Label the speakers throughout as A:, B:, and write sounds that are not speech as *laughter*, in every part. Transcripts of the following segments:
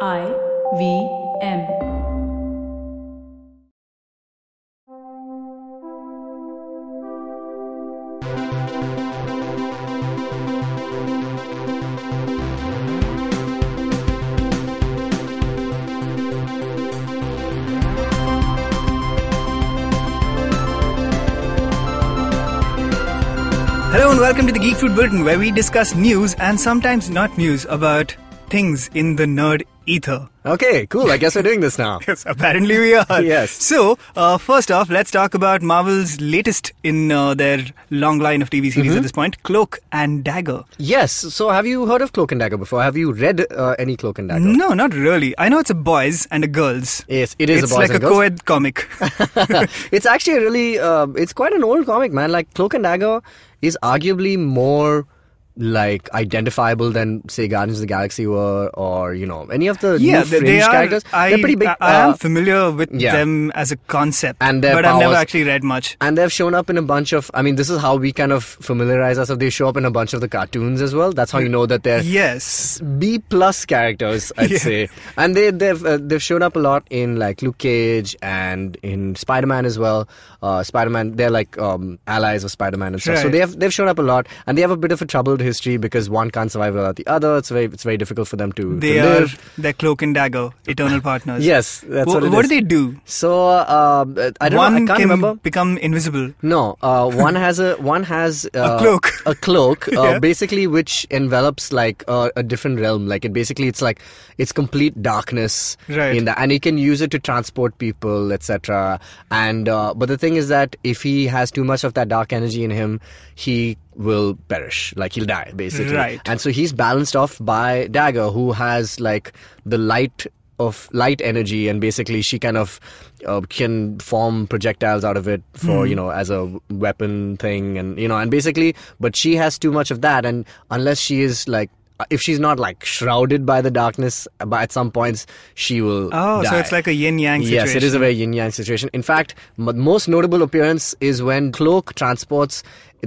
A: I V M.
B: Hello and welcome to the Geek Food Bulletin, where we discuss news and sometimes not news about things in the nerd ether.
C: Okay, cool. I guess we're doing this now. *laughs*
B: Yes, apparently we are.
C: Yes.
B: So, uh, first off, let's talk about Marvel's latest in uh, their long line of TV
C: Mm-hmm.
B: series at this point, Cloak and Dagger.
C: Yes. So, have you heard of Cloak and Dagger before? Have you read uh, any Cloak and Dagger?
B: No, not really. I know it's a boys and a girls.
C: Yes, it is
B: It's
C: a
B: like
C: boys and
B: a
C: girls.
B: co-ed
C: *laughs*
B: comic.
C: it's actually a really. Uh, it's quite an old comic, man. Like Cloak and Dagger is arguably more like identifiable than say Guardians of the Galaxy were, or you know any of the
B: yeah,
C: new
B: they,
C: fringe
B: they are.
C: characters.
B: I,
C: They're pretty big.
B: I, I
C: uh,
B: am familiar with
C: yeah.
B: them as a concept,
C: And their
B: but I've never
C: powers.
B: actually read much.
C: and they've shown up in a bunch of i mean this is how we kind of familiarize ourselves they show up in a bunch of the cartoons as well that's how you know that they're
B: Yes.
C: B plus characters, I'd
B: Yeah.
C: say, and they they've uh, they've shown up a lot in like Luke Cage and in Spider Man as well. Uh, Spider Man, they're like um, allies of Spider Man and stuff. So
B: Right.
C: they've they've shown up a lot, and they have a bit of a troubled history because one can't survive without the other. It's very it's very difficult for them to,
B: They
C: to
B: are
C: live.
B: their cloak and dagger, eternal partners.
C: Yes, that's
B: Wha-
C: what it
B: what
C: is.
B: do they do?
C: So uh, I don't
B: one
C: know, I can't
B: can
C: remember.
B: become invisible.
C: No, uh, one has a one has uh,
B: cloak.
C: a cloak, uh,
B: Yeah.
C: basically which envelops like uh, a different realm. Like it basically, it's like it's complete darkness
B: Right.
C: in the, and he can use it to transport people, etc. And uh, but the thing is that if he has too much of that dark energy in him, he will perish. Like he'll die, basically.
B: Right.
C: And so he's balanced off by Dagger, who has like the light of light energy, and basically she kind of uh, can form projectiles out of it for
B: Hmm.
C: you know as a weapon thing, and you know, and basically, but she has too much of that, and unless she is like. If she's not like shrouded by the darkness, by at some points she will.
B: Oh, so
C: die.
B: it's like a yin yang situation.
C: Yes, it is a very yin yang situation. In fact, m- most notable appearance is when Cloak transports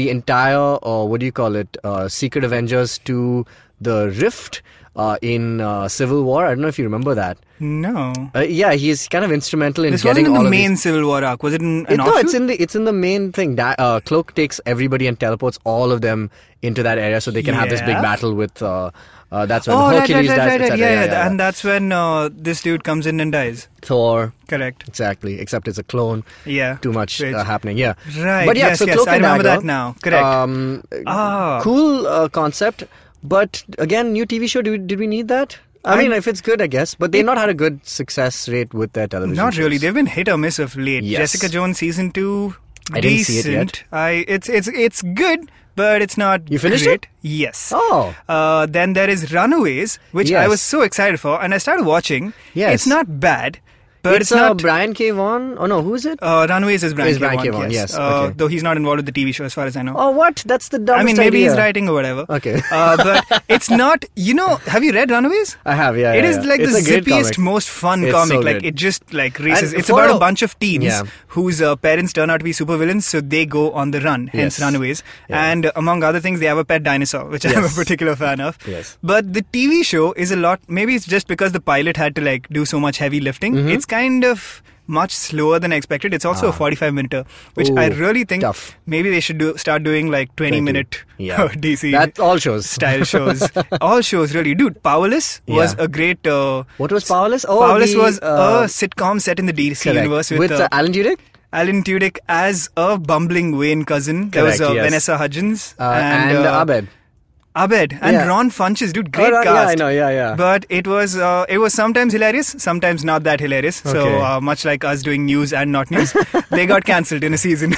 C: the entire, or what do you call it, uh, Secret Avengers to the Rift uh, in uh, Civil War. I don't know if you remember that.
B: No.
C: Uh, yeah, he is kind of instrumental in
B: This wasn't in
C: getting all
B: the
C: of these-
B: main Civil War arc. Was it in an
C: it, no, it's
B: offshoot?
C: in the it's in the main thing. Da- uh, Cloak takes everybody and teleports all of them into that area, so they can have this big
B: Yeah.
C: battle with. Uh, uh, that's when
B: Oh, right, right,
C: Hercules
B: right,
C: dies,
B: right, right.
C: etc.
B: Yeah, yeah, And that's when uh, this dude comes in and dies.
C: Thor,
B: Correct.
C: exactly. Except it's a clone.
B: Yeah.
C: too much
B: Which-
C: uh, happening. Yeah,
B: Right,
C: But yeah,
B: yes,
C: so
B: yes,
C: Cloak
B: I
C: and
B: remember
C: Dagger,
B: that now. Correct.
C: Um,
B: Ah.
C: cool uh, concept, but again, new TV show. Do we, did we need that? I,
B: I-
C: mean, if it's good, I guess. But they've not had a good success rate with their television.
B: Not really.
C: shows.
B: They've been hit or miss of late.
C: Yes.
B: Jessica Jones season two.
C: I didn't see
B: decent.
C: it yet.
B: I it's it's it's good, but it's not.
C: You finished
B: great.
C: it?
B: Yes.
C: Oh.
B: Uh, then there is Runaways, which I
C: Yes.
B: was so excited for, and I started watching.
C: Yes.
B: It's not bad, but
C: it's,
B: it's,
C: uh,
B: not.
C: Brian K. Vaughan. Oh no, who is it?
B: uh, Runaways is Brian
C: Is Brian
B: K.
C: K.
B: Vaughan,
C: Vaughan, yes,
B: Uh,
C: okay.
B: Though he's not involved with the TV show, as far as I know.
C: oh, what? That's the dumbest
B: I mean, maybe he's
C: idea.
B: writing or whatever.
C: Okay.
B: uh, but it's not. You know, have you read
C: *laughs*
B: Runaways?
C: I have, yeah.
B: It
C: yeah,
B: is
C: yeah.
B: like
C: It's
B: the
C: a great
B: zippiest,
C: comic.
B: most fun
C: It's
B: comic.
C: so
B: like
C: good.
B: it just like races.
C: And
B: it's
C: for
B: about a
C: a-
B: bunch of teens
C: Yeah.
B: whose uh, parents turn out to be supervillains, so they go on the run, hence
C: Yes.
B: runaways.
C: Yeah.
B: And uh, among other things, they have a pet dinosaur, which I'm a
C: Yes.
B: particular fan of.
C: Yes.
B: But the TV show is a lot. Maybe it's just because the pilot had to like do so much heavy lifting.
C: Mm-hmm.
B: It's kind of much slower than expected. It's also a 45 minute, uh, which I
C: Ah. Ooh,
B: really think
C: tough.
B: maybe they should do start doing like 20, minute
C: *laughs*
B: *laughs*
C: Yeah.
B: DC
C: That all shows.
B: style
C: *laughs*
B: shows. all shows really, dude. Powerless was
C: Yeah.
B: a great. Uh,
C: What was Powerless? Oh,
B: Powerless
C: the,
B: was
C: uh,
B: a sitcom set in the DC
C: Correct.
B: universe with,
C: with
B: uh,
C: uh, Alan Tudyk.
B: Alan Tudyk as a bumbling Wayne cousin. there was
C: Correct,
B: uh,
C: yes.
B: Vanessa Hudgens
C: Uh, and, uh, Abed.
B: Abed and
C: Yeah. Oh,
B: Ron Funches, dude. Great
C: Ron- yeah,
B: cast.
C: I know, yeah, yeah.
B: But it was uh, it was sometimes hilarious, sometimes not that hilarious. So
C: Okay.
B: uh, much like us doing news and not news, *laughs* they got cancelled in a season.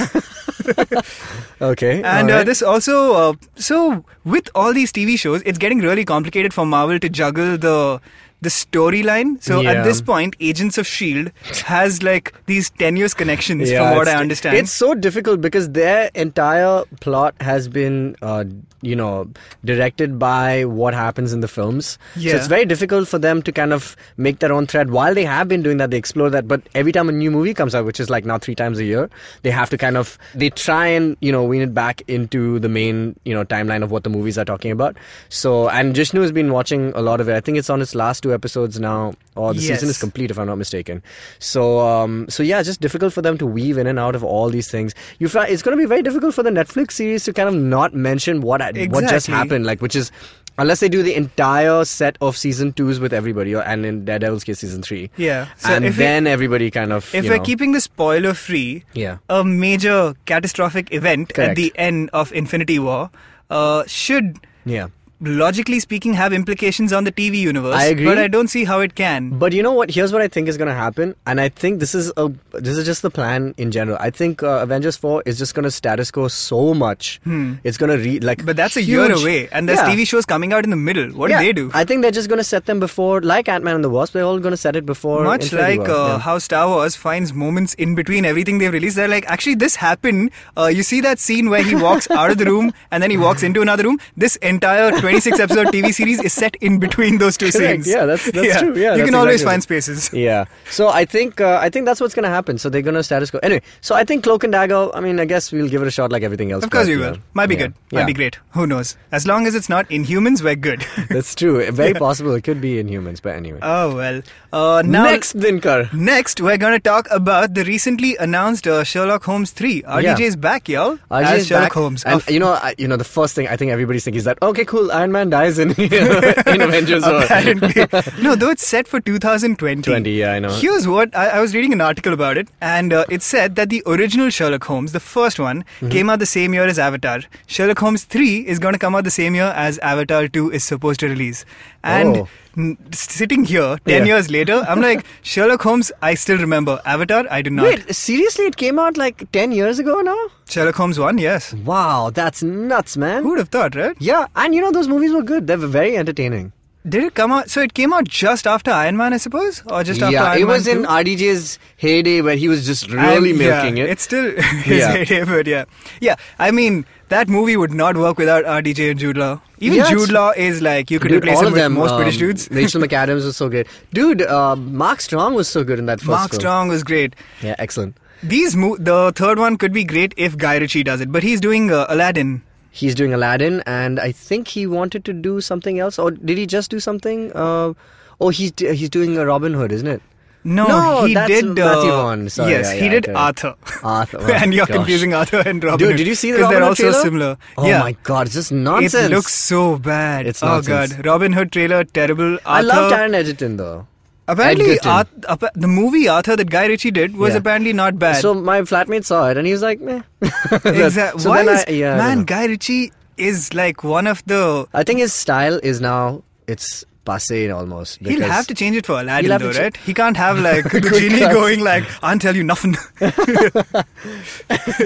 C: Okay.
B: And
C: all
B: uh,
C: right.
B: this also, uh, so with all these TV shows, it's getting really complicated for Marvel to juggle the the storyline. So at
C: Yeah.
B: this point, Agents of Shield E has like these tenuous connections,
C: Yeah,
B: from what
C: it's-
B: I understand.
C: It's so difficult because their entire plot has been, uh, you know, directed by what happens in the films.
B: Yeah.
C: So it's very difficult for them to kind of make their own thread. While they have been doing that, they explore that. But every time a new movie comes out, which is like now three times a year, they have to kind of they try and you know wean it back into the main you know timeline of what the movies are talking about. So and Jishnu has been watching a lot of it. I think it's on its last two two episodes now, or the season is
B: Yes.
C: complete if I'm not mistaken. So, um, so yeah, just difficult for them to weave in and out of all these things. You find it's going to be very difficult for the Netflix series to kind of not mention what what just
B: Exactly.
C: happened, like which is. Unless they do the entire set of season twos with everybody, or, and in Daredevil's case, season three.
B: Yeah. So
C: and
B: if we-
C: then everybody kind of.
B: If
C: you
B: we're
C: know,
B: keeping this spoiler free,
C: Yeah.
B: a major catastrophic event
C: Correct.
B: at the end of Infinity War uh, should,
C: Yeah.
B: logically speaking, have implications on the TV universe.
C: I agree.
B: But I don't see how it can.
C: But you know what? Here's what I think is going to happen, and I think this is a this is just the plan in general. I think uh, Avengers Four is just going to status quo so much. It's going to re like.
B: Hmm. But that's a
C: huge-
B: year away, and there's
C: Yeah.
B: TV shows coming out in the middle. What
C: Yeah.
B: do they do?
C: I think they're just going to set them before, like Ant Man and the Wasp. They're all going to set it before.
B: Much
C: Infinity
B: like
C: War.
B: uh, how Star Wars finds moments in between everything they've released, they're like, actually, this happened. Uh, you see that scene where he
C: *laughs*
B: walks out of the room and then he walks into another room. This entire 26 episode TV series is set in between those two
C: Correct.
B: scenes.
C: Yeah, that's-
B: *laughs*
C: that's true. Yeah,
B: you
C: that's
B: can always
C: exactly
B: find
C: it.
B: spaces.
C: yeah. yeah. So I think uh, I think that's what's going to happen. So they're going to status quo anyway. So I think Cloak and Dagger. I mean, I guess we'll give it a shot like everything else.
B: Of course
C: but,
B: we
C: you
B: will.
C: know,
B: Might be
C: yeah.
B: good. Might be
C: Yeah.
B: great. Who knows? As long as it's not in humans, we're good. *laughs*
C: That's true. Very possible it could be in humans, but anyway.
B: oh well. Uh, now,
C: Next, Dinkar.
B: Next, we're going to talk about the recently announced uh, Sherlock Holmes 3. RDJ is back, y'all.
C: RJ
B: as
C: is
B: Sherlock
C: back,
B: Holmes. Oh.
C: and
B: Of-
C: you know, I, you know, the first thing I think everybody's thinking is that okay, cool, Iron Man dies in *laughs*
B: *laughs*
C: in Avengers War.
B: apparently.
C: *laughs*
B: no, though it's set for 2020.
C: 20, yeah, I know.
B: Here's what I, I was reading an article about it, and uh, it said that the original Sherlock Holmes, the first one,
C: Mm-hmm.
B: came out the same year as Avatar. Sherlock Holmes 3 is going to come out the same year as Avatar 2 is supposed to release. And
C: Oh.
B: n- sitting here 10
C: Yeah.
B: years later, I'm
C: *laughs*
B: like, Sherlock Holmes, I still remember. Avatar, I do not.
C: Wait, seriously, it came out like ten years ago now.
B: Sherlock Holmes 1, yes.
C: Wow, that's nuts, man.
B: Who would have thought, right?
C: Yeah, and you know those movies were good. They were very entertaining.
B: Did it come out? So it came out just after Iron Man, I suppose, or just after
C: yeah,
B: Iron
C: it was
B: Man
C: in
B: 2?
C: RDJ's heyday where he was just really
B: I'm- yeah,
C: milking it.
B: It's still *laughs* his
C: Yeah.
B: heyday, but yeah, yeah. I mean, that movie would not work without RDJ and Jude Law. Even
C: Yeah,
B: Jude
C: it's-
B: Law is like you could
C: Dude,
B: replace
C: all
B: him
C: of
B: with
C: them.
B: most
C: um,
B: British dudes. *laughs*
C: Rachel McAdams was so great. Dude, uh, Mark Strong was so good in that first
B: Mark
C: film.
B: Strong was great.
C: Yeah, excellent.
B: These mo- the third one could be great if Guy Ritchie does it, but he's doing uh, Aladdin.
C: He's doing Aladdin, and I think he wanted to do something else, or did he just do something? Uh, oh, he's d- he's doing a Robin Hood, isn't it?
B: No,
C: No,
B: he
C: that's
B: did. uh,
C: Matthew Vaughn. Sorry,
B: yes,
C: yeah,
B: he
C: yeah,
B: did
C: okay.
B: Arthur.
C: *laughs* Arthur,
B: *laughs*
C: oh,
B: and you're
C: gosh.
B: confusing Arthur and Robin.
C: Dude,
B: Hood,
C: did you see the
B: 'cause
C: Robin
B: they're
C: Hood
B: also
C: trailer?
B: similar.
C: Oh
B: yeah.
C: my god, it's just nonsense.
B: It looks so bad.
C: It's
B: oh
C: nonsense.
B: god, Robin Hood trailer terrible. Arthur,
C: I love Taron Egerton though.
B: Apparently,
C: Edgerton.
B: Arth- appa- the movie Arthur that Guy Ritchie did was
C: Yeah.
B: apparently not bad.
C: So my flatmate saw it, and he was like, "Meh." *laughs*
B: Exa-
C: So
B: Why
C: then
B: is
C: I, yeah, I don't
B: man
C: know.
B: Guy Ritchie is like one of the
C: I think his style is now it's passe almost.
B: He'll
C: because-
B: have to change it for Aladdin,
C: He'll have
B: though,
C: to ch-
B: right? He can't
C: *laughs*
B: have like the genie
C: cuts.
B: going like, "I'll tell you
C: *laughs*
B: nothing." *laughs*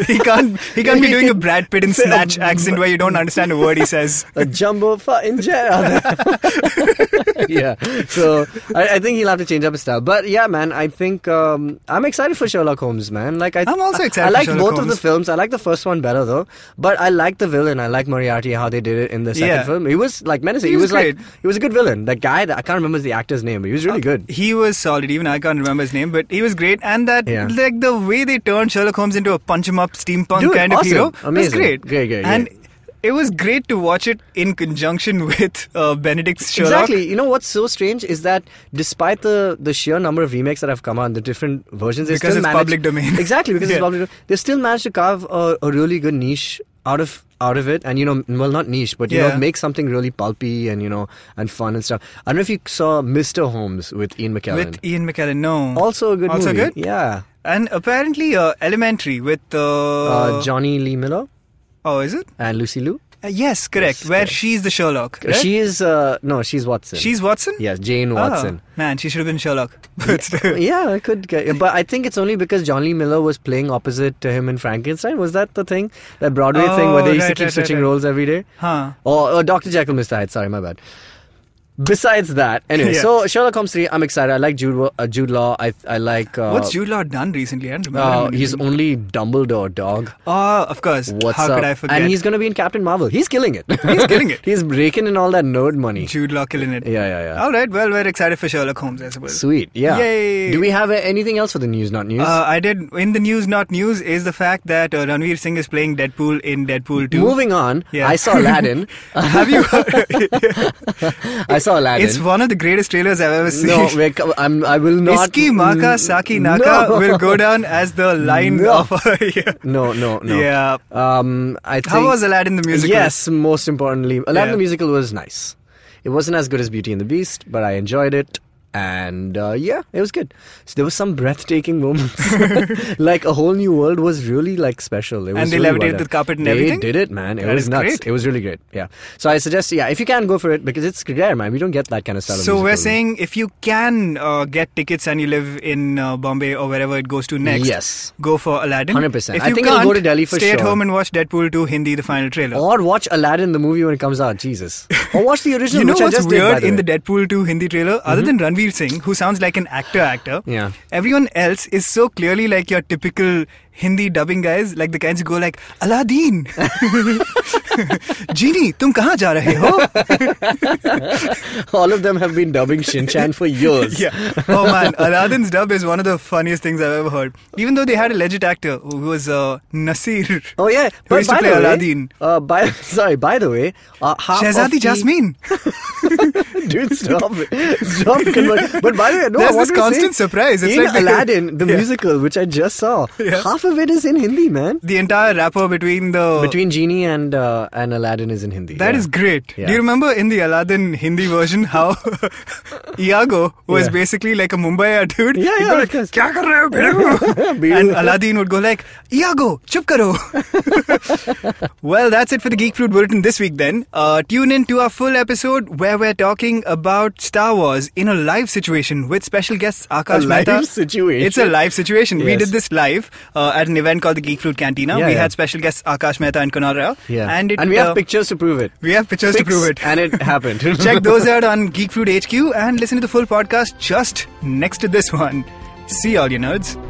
B: he can't. He can't
C: *laughs*
B: be doing a Brad Pitt and
C: Say a
B: snatch accent where you don't understand a word he says.
C: a jumbo fucking jet. *laughs* yeah. So I, I think he'll have to change up his style. But yeah, man, I think um, I'm excited for Sherlock Holmes, man. Like I,
B: I'm also excited
C: I,
B: for
C: like
B: Sherlock
C: both of the
B: Holmes.
C: films. I like the first one better though. But I like the villain. I like Moriarty how they did it in the second
B: Yeah.
C: film. He was like menacing.
B: He
C: He,
B: was
C: was, like
B: great. Uh,
C: he was a good villain. That guy. That, I can't remember the actor's name, but he was really good.
B: He was solid. Even I can't remember his name, but he was great. And that,
C: Yeah.
B: like, the way they turned Sherlock Holmes into a punch em up steampunk
C: Dude,
B: kind of
C: awesome.
B: hero was
C: Amazing.
B: great.
C: Great, great,
B: And
C: great.
B: it was great to watch it in conjunction *laughs* with uh, Benedict's Sherlock.
C: Exactly. You know what's so strange is that despite the the sheer number of remakes that have come out, the different versions, they
B: Because
C: still
B: it's
C: managed-
B: public domain.
C: *laughs* Exactly because
B: Yeah.
C: it's public domain. They still managed to carve a, a really good niche out of out of it, and you know, well, not niche, but you
B: Yeah.
C: know, make something really pulpy and you know, and fun and stuff. I don't know if you saw Mr. Holmes with Ian McKellen.
B: With Ian McKellen, no.
C: also a good
B: Also
C: movie.
B: good?
C: Yeah.
B: And apparently, uh, Elementary with. Uh,
C: Uh, Johnny Lee Miller
B: oh, is it?
C: and Lucy Liu.
B: Uh, yes, correct.
C: Yes,
B: Where
C: correct.
B: she's the Sherlock. Right?
C: She is uh, no, she's Watson.
B: she's Watson?
C: yes, Jane
B: Ah,
C: Watson.
B: man, she should have been Sherlock. *laughs* But still.
C: *laughs* yeah, I could get, but I think it's only because John Lee Miller was playing opposite to him in Frankenstein. Was that the thing, that Broadway thing where
B: Oh,
C: they used to
B: right,
C: keep
B: right,
C: switching
B: right, right.
C: roles every day?
B: Huh.
C: Or, or Doctor Jekyll, Mister Hyde. Sorry, my bad. Besides that,
B: *laughs*
C: anyway,
B: Yeah.
C: so Sherlock Holmes three. I'm excited. I like Jude Wa- uh, Jude Law. I I like. Uh,
B: What's Jude Law done recently? I don't remember. him
C: Uh,
B: in
C: he's
B: anything.
C: only Dumbledore, dog.
B: Oh, of course.
C: What's
B: How
C: up?
B: could I forget?
C: And he's gonna be in Captain Marvel. He's killing it.
B: He's killing it.
C: *laughs* he's breaking in all that nerd money.
B: Jude Law killing it.
C: Yeah, yeah, yeah.
B: All right. Well, we're excited for Sherlock Holmes, I suppose.
C: Sweet. Yeah.
B: Yay.
C: Do we have uh, anything else for the news? Not news.
B: Uh, I did in the news, not news, is the fact that uh, Ranveer Singh is playing Deadpool *laughs* in Deadpool 2.
C: Moving on,
B: *laughs* Yeah.
C: I saw Aladdin.
B: Have you?
C: *laughs* I saw
B: *laughs*
C: Aladdin.
B: It's one of the greatest trailers I've ever seen. *laughs*
C: no, we're co- I'm, I will not.
B: Iski Maka Saki Naka
C: No.
B: will go down as the line
C: *laughs* No.
B: of *laughs* our year.
C: No, no, no.
B: Yeah.
C: Um, I think.
B: How was Aladdin the musical?
C: Yes, most importantly, Aladdin
B: Yeah.
C: the musical was nice. It wasn't as good as Beauty and the Beast, but I enjoyed it. And uh, yeah, it was good. So there were some
B: *laughs*
C: breathtaking moments. *laughs* like a whole new world was really like special. It was
B: And they
C: really
B: levitated
C: well done.
B: the carpet and
C: They
B: everything?
C: did it, man. It
B: That
C: was
B: is
C: nuts.
B: great.
C: It was really great. Yeah. So I suggest, yeah, if you can go for it because it's rare, man. We don't get that kind of style. of
B: So we're
C: musical.
B: saying if you can uh, get tickets and you live in uh, Bombay or wherever it goes to next,
C: Yes.
B: go for Aladdin.
C: 100%.
B: If
C: I
B: you
C: think
B: can't,
C: it'll go to Delhi for
B: stay at
C: sure. Oh,
B: home and watch Deadpool 2 Hindi, the final trailer.
C: Or watch Aladdin the movie when it comes
B: *laughs*
C: out. Jesus. Or watch the original.
B: you know
C: which I
B: what's
C: just did, by
B: weird
C: the
B: in
C: way. Mm-hmm.
B: the Deadpool 2 Hindi trailer? Other than Ranveer Singh, who sounds like an actor actor,
C: Yeah.
B: everyone else is so clearly like your typical Hindi dubbing guys, like the kinds who go like, Aladdin! *laughs* Genie, tum kahan ja rahe ho?
C: All of them have been dubbing Shin Chan for *laughs* years.
B: *laughs* Yeah. Oh man, Aladdin's dub is one of the funniest things I've ever heard. Even though they had a legit actor who was uh, Nasir.
C: Oh yeah,
B: Who
C: but
B: used to
C: by
B: play
C: the way,
B: Aladdin.
C: Uh, by *laughs* sorry, by the way, uh, half of the-
B: Shehzadi
C: *laughs*
B: Jasmine.
C: Dude,
B: *laughs*
C: stop, it. stop. conver- but by the way, no,
B: There's
C: I wanted
B: this
C: to
B: constant
C: say,
B: surprise. It's
C: in
B: like-
C: Aladdin, the
B: Yeah.
C: musical, which I just saw,
B: Yeah.
C: half of it is in Hindi, man.
B: The entire rapper between the.
C: Between Genie and uh, and Aladdin is in Hindi.
B: That
C: yeah.
B: is
C: *laughs*
B: great. Do
C: Yeah.
B: you remember in the Aladdin Hindi version how *laughs* Iago was
C: Yeah.
B: basically like a Mumbai dude?
C: Yeah,
B: He'd
C: yeah,
B: go
C: of
B: like,
C: course.
B: "Kya kar rahe ho,
C: *laughs*
B: bhede ho?"
C: Bhede
B: and
C: ho.
B: Aladdin would go like, Iago, chup karo. *laughs* well, that's it for the Geek Fruit Bulletin this week then. Uh, tune in to our full episode where we're talking about Star Wars in a live situation with special guests Akash
C: A live
B: Mehta.
C: situation?
B: It's a live situation. We
C: Yes.
B: did this live uh, at an event called the Geek Fruit Cantina.
C: Yeah,
B: we
C: yeah.
B: had special guests Akash Mehta and Kunal Rao.
C: Yeah,
B: And, it,
C: we have
B: uh,
C: pictures to prove it.
B: we have pictures to
C: Pics,
B: prove it.
C: and
B: *laughs*
C: it happened. *laughs*
B: Check those out on Geek Fruit HQ and listen to the full podcast just next to this one. See all you nerds.